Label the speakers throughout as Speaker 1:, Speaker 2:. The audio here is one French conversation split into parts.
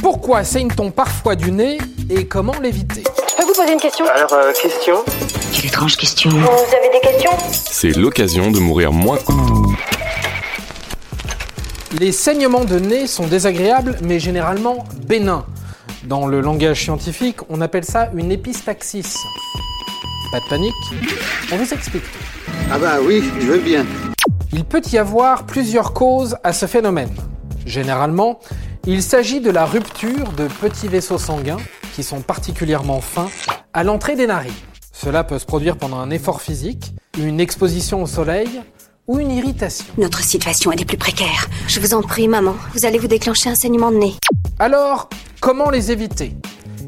Speaker 1: Pourquoi saigne-t-on parfois du nez et comment l'éviter
Speaker 2: Je peux vous poser une question
Speaker 3: Alors, euh, question
Speaker 4: Quelle étrange question.
Speaker 2: Vous avez des questions
Speaker 5: C'est l'occasion de mourir moins.
Speaker 1: Les saignements de nez sont désagréables mais généralement bénins. Dans le langage scientifique, on appelle ça une épistaxis. Pas de panique, on vous explique.
Speaker 6: Ah bah oui, je veux bien.
Speaker 1: Il peut y avoir plusieurs causes à ce phénomène. Généralement, il s'agit de la rupture de petits vaisseaux sanguins qui sont particulièrement fins à l'entrée des narines. Cela peut se produire pendant un effort physique, une exposition au soleil ou une irritation.
Speaker 4: Notre situation est des plus précaires. Je vous en prie, maman, vous allez vous déclencher un saignement de nez.
Speaker 1: Alors, comment les éviter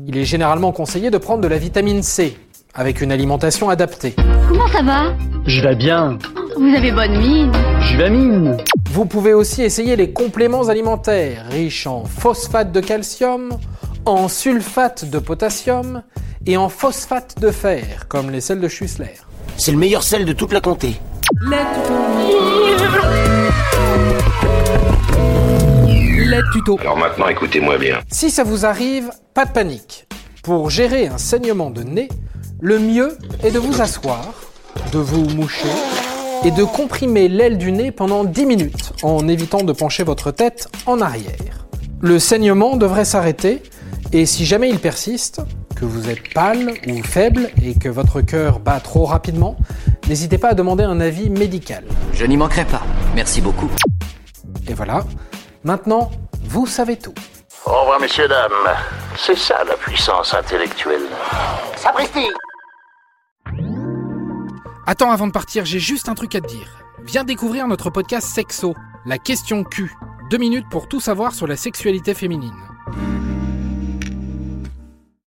Speaker 1: Il est généralement conseillé de prendre de la vitamine C avec une alimentation adaptée.
Speaker 7: Comment ça va
Speaker 8: Je vais bien,
Speaker 7: Vous avez bonne mine.
Speaker 8: je vais mine.
Speaker 1: Vous pouvez aussi essayer les compléments alimentaires riches en phosphate de calcium, en sulfate de potassium et en phosphate de fer, comme les sels de Schussler.
Speaker 9: C'est le meilleur sel de toute la comté.
Speaker 10: La tuto. La tuto.
Speaker 3: Alors maintenant, écoutez-moi bien.
Speaker 1: Si ça vous arrive, pas de panique. Pour gérer un saignement de nez, le mieux est de vous asseoir, de vous moucher et de comprimer l'aile du nez pendant 10 minutes en évitant de pencher votre tête en arrière. Le saignement devrait s'arrêter et si jamais il persiste, que vous êtes pâle ou faible et que votre cœur bat trop rapidement, n'hésitez pas à demander un avis médical.
Speaker 9: Je n'y manquerai pas. Merci beaucoup.
Speaker 1: Et voilà, maintenant, vous savez tout.
Speaker 3: Au revoir, messieurs, dames. C'est ça, la puissance intellectuelle.
Speaker 9: Sapristi
Speaker 1: Attends, avant de partir, j'ai juste un truc à te dire. Viens découvrir notre podcast Sexo, la question Q. Deux minutes pour tout savoir sur la sexualité féminine.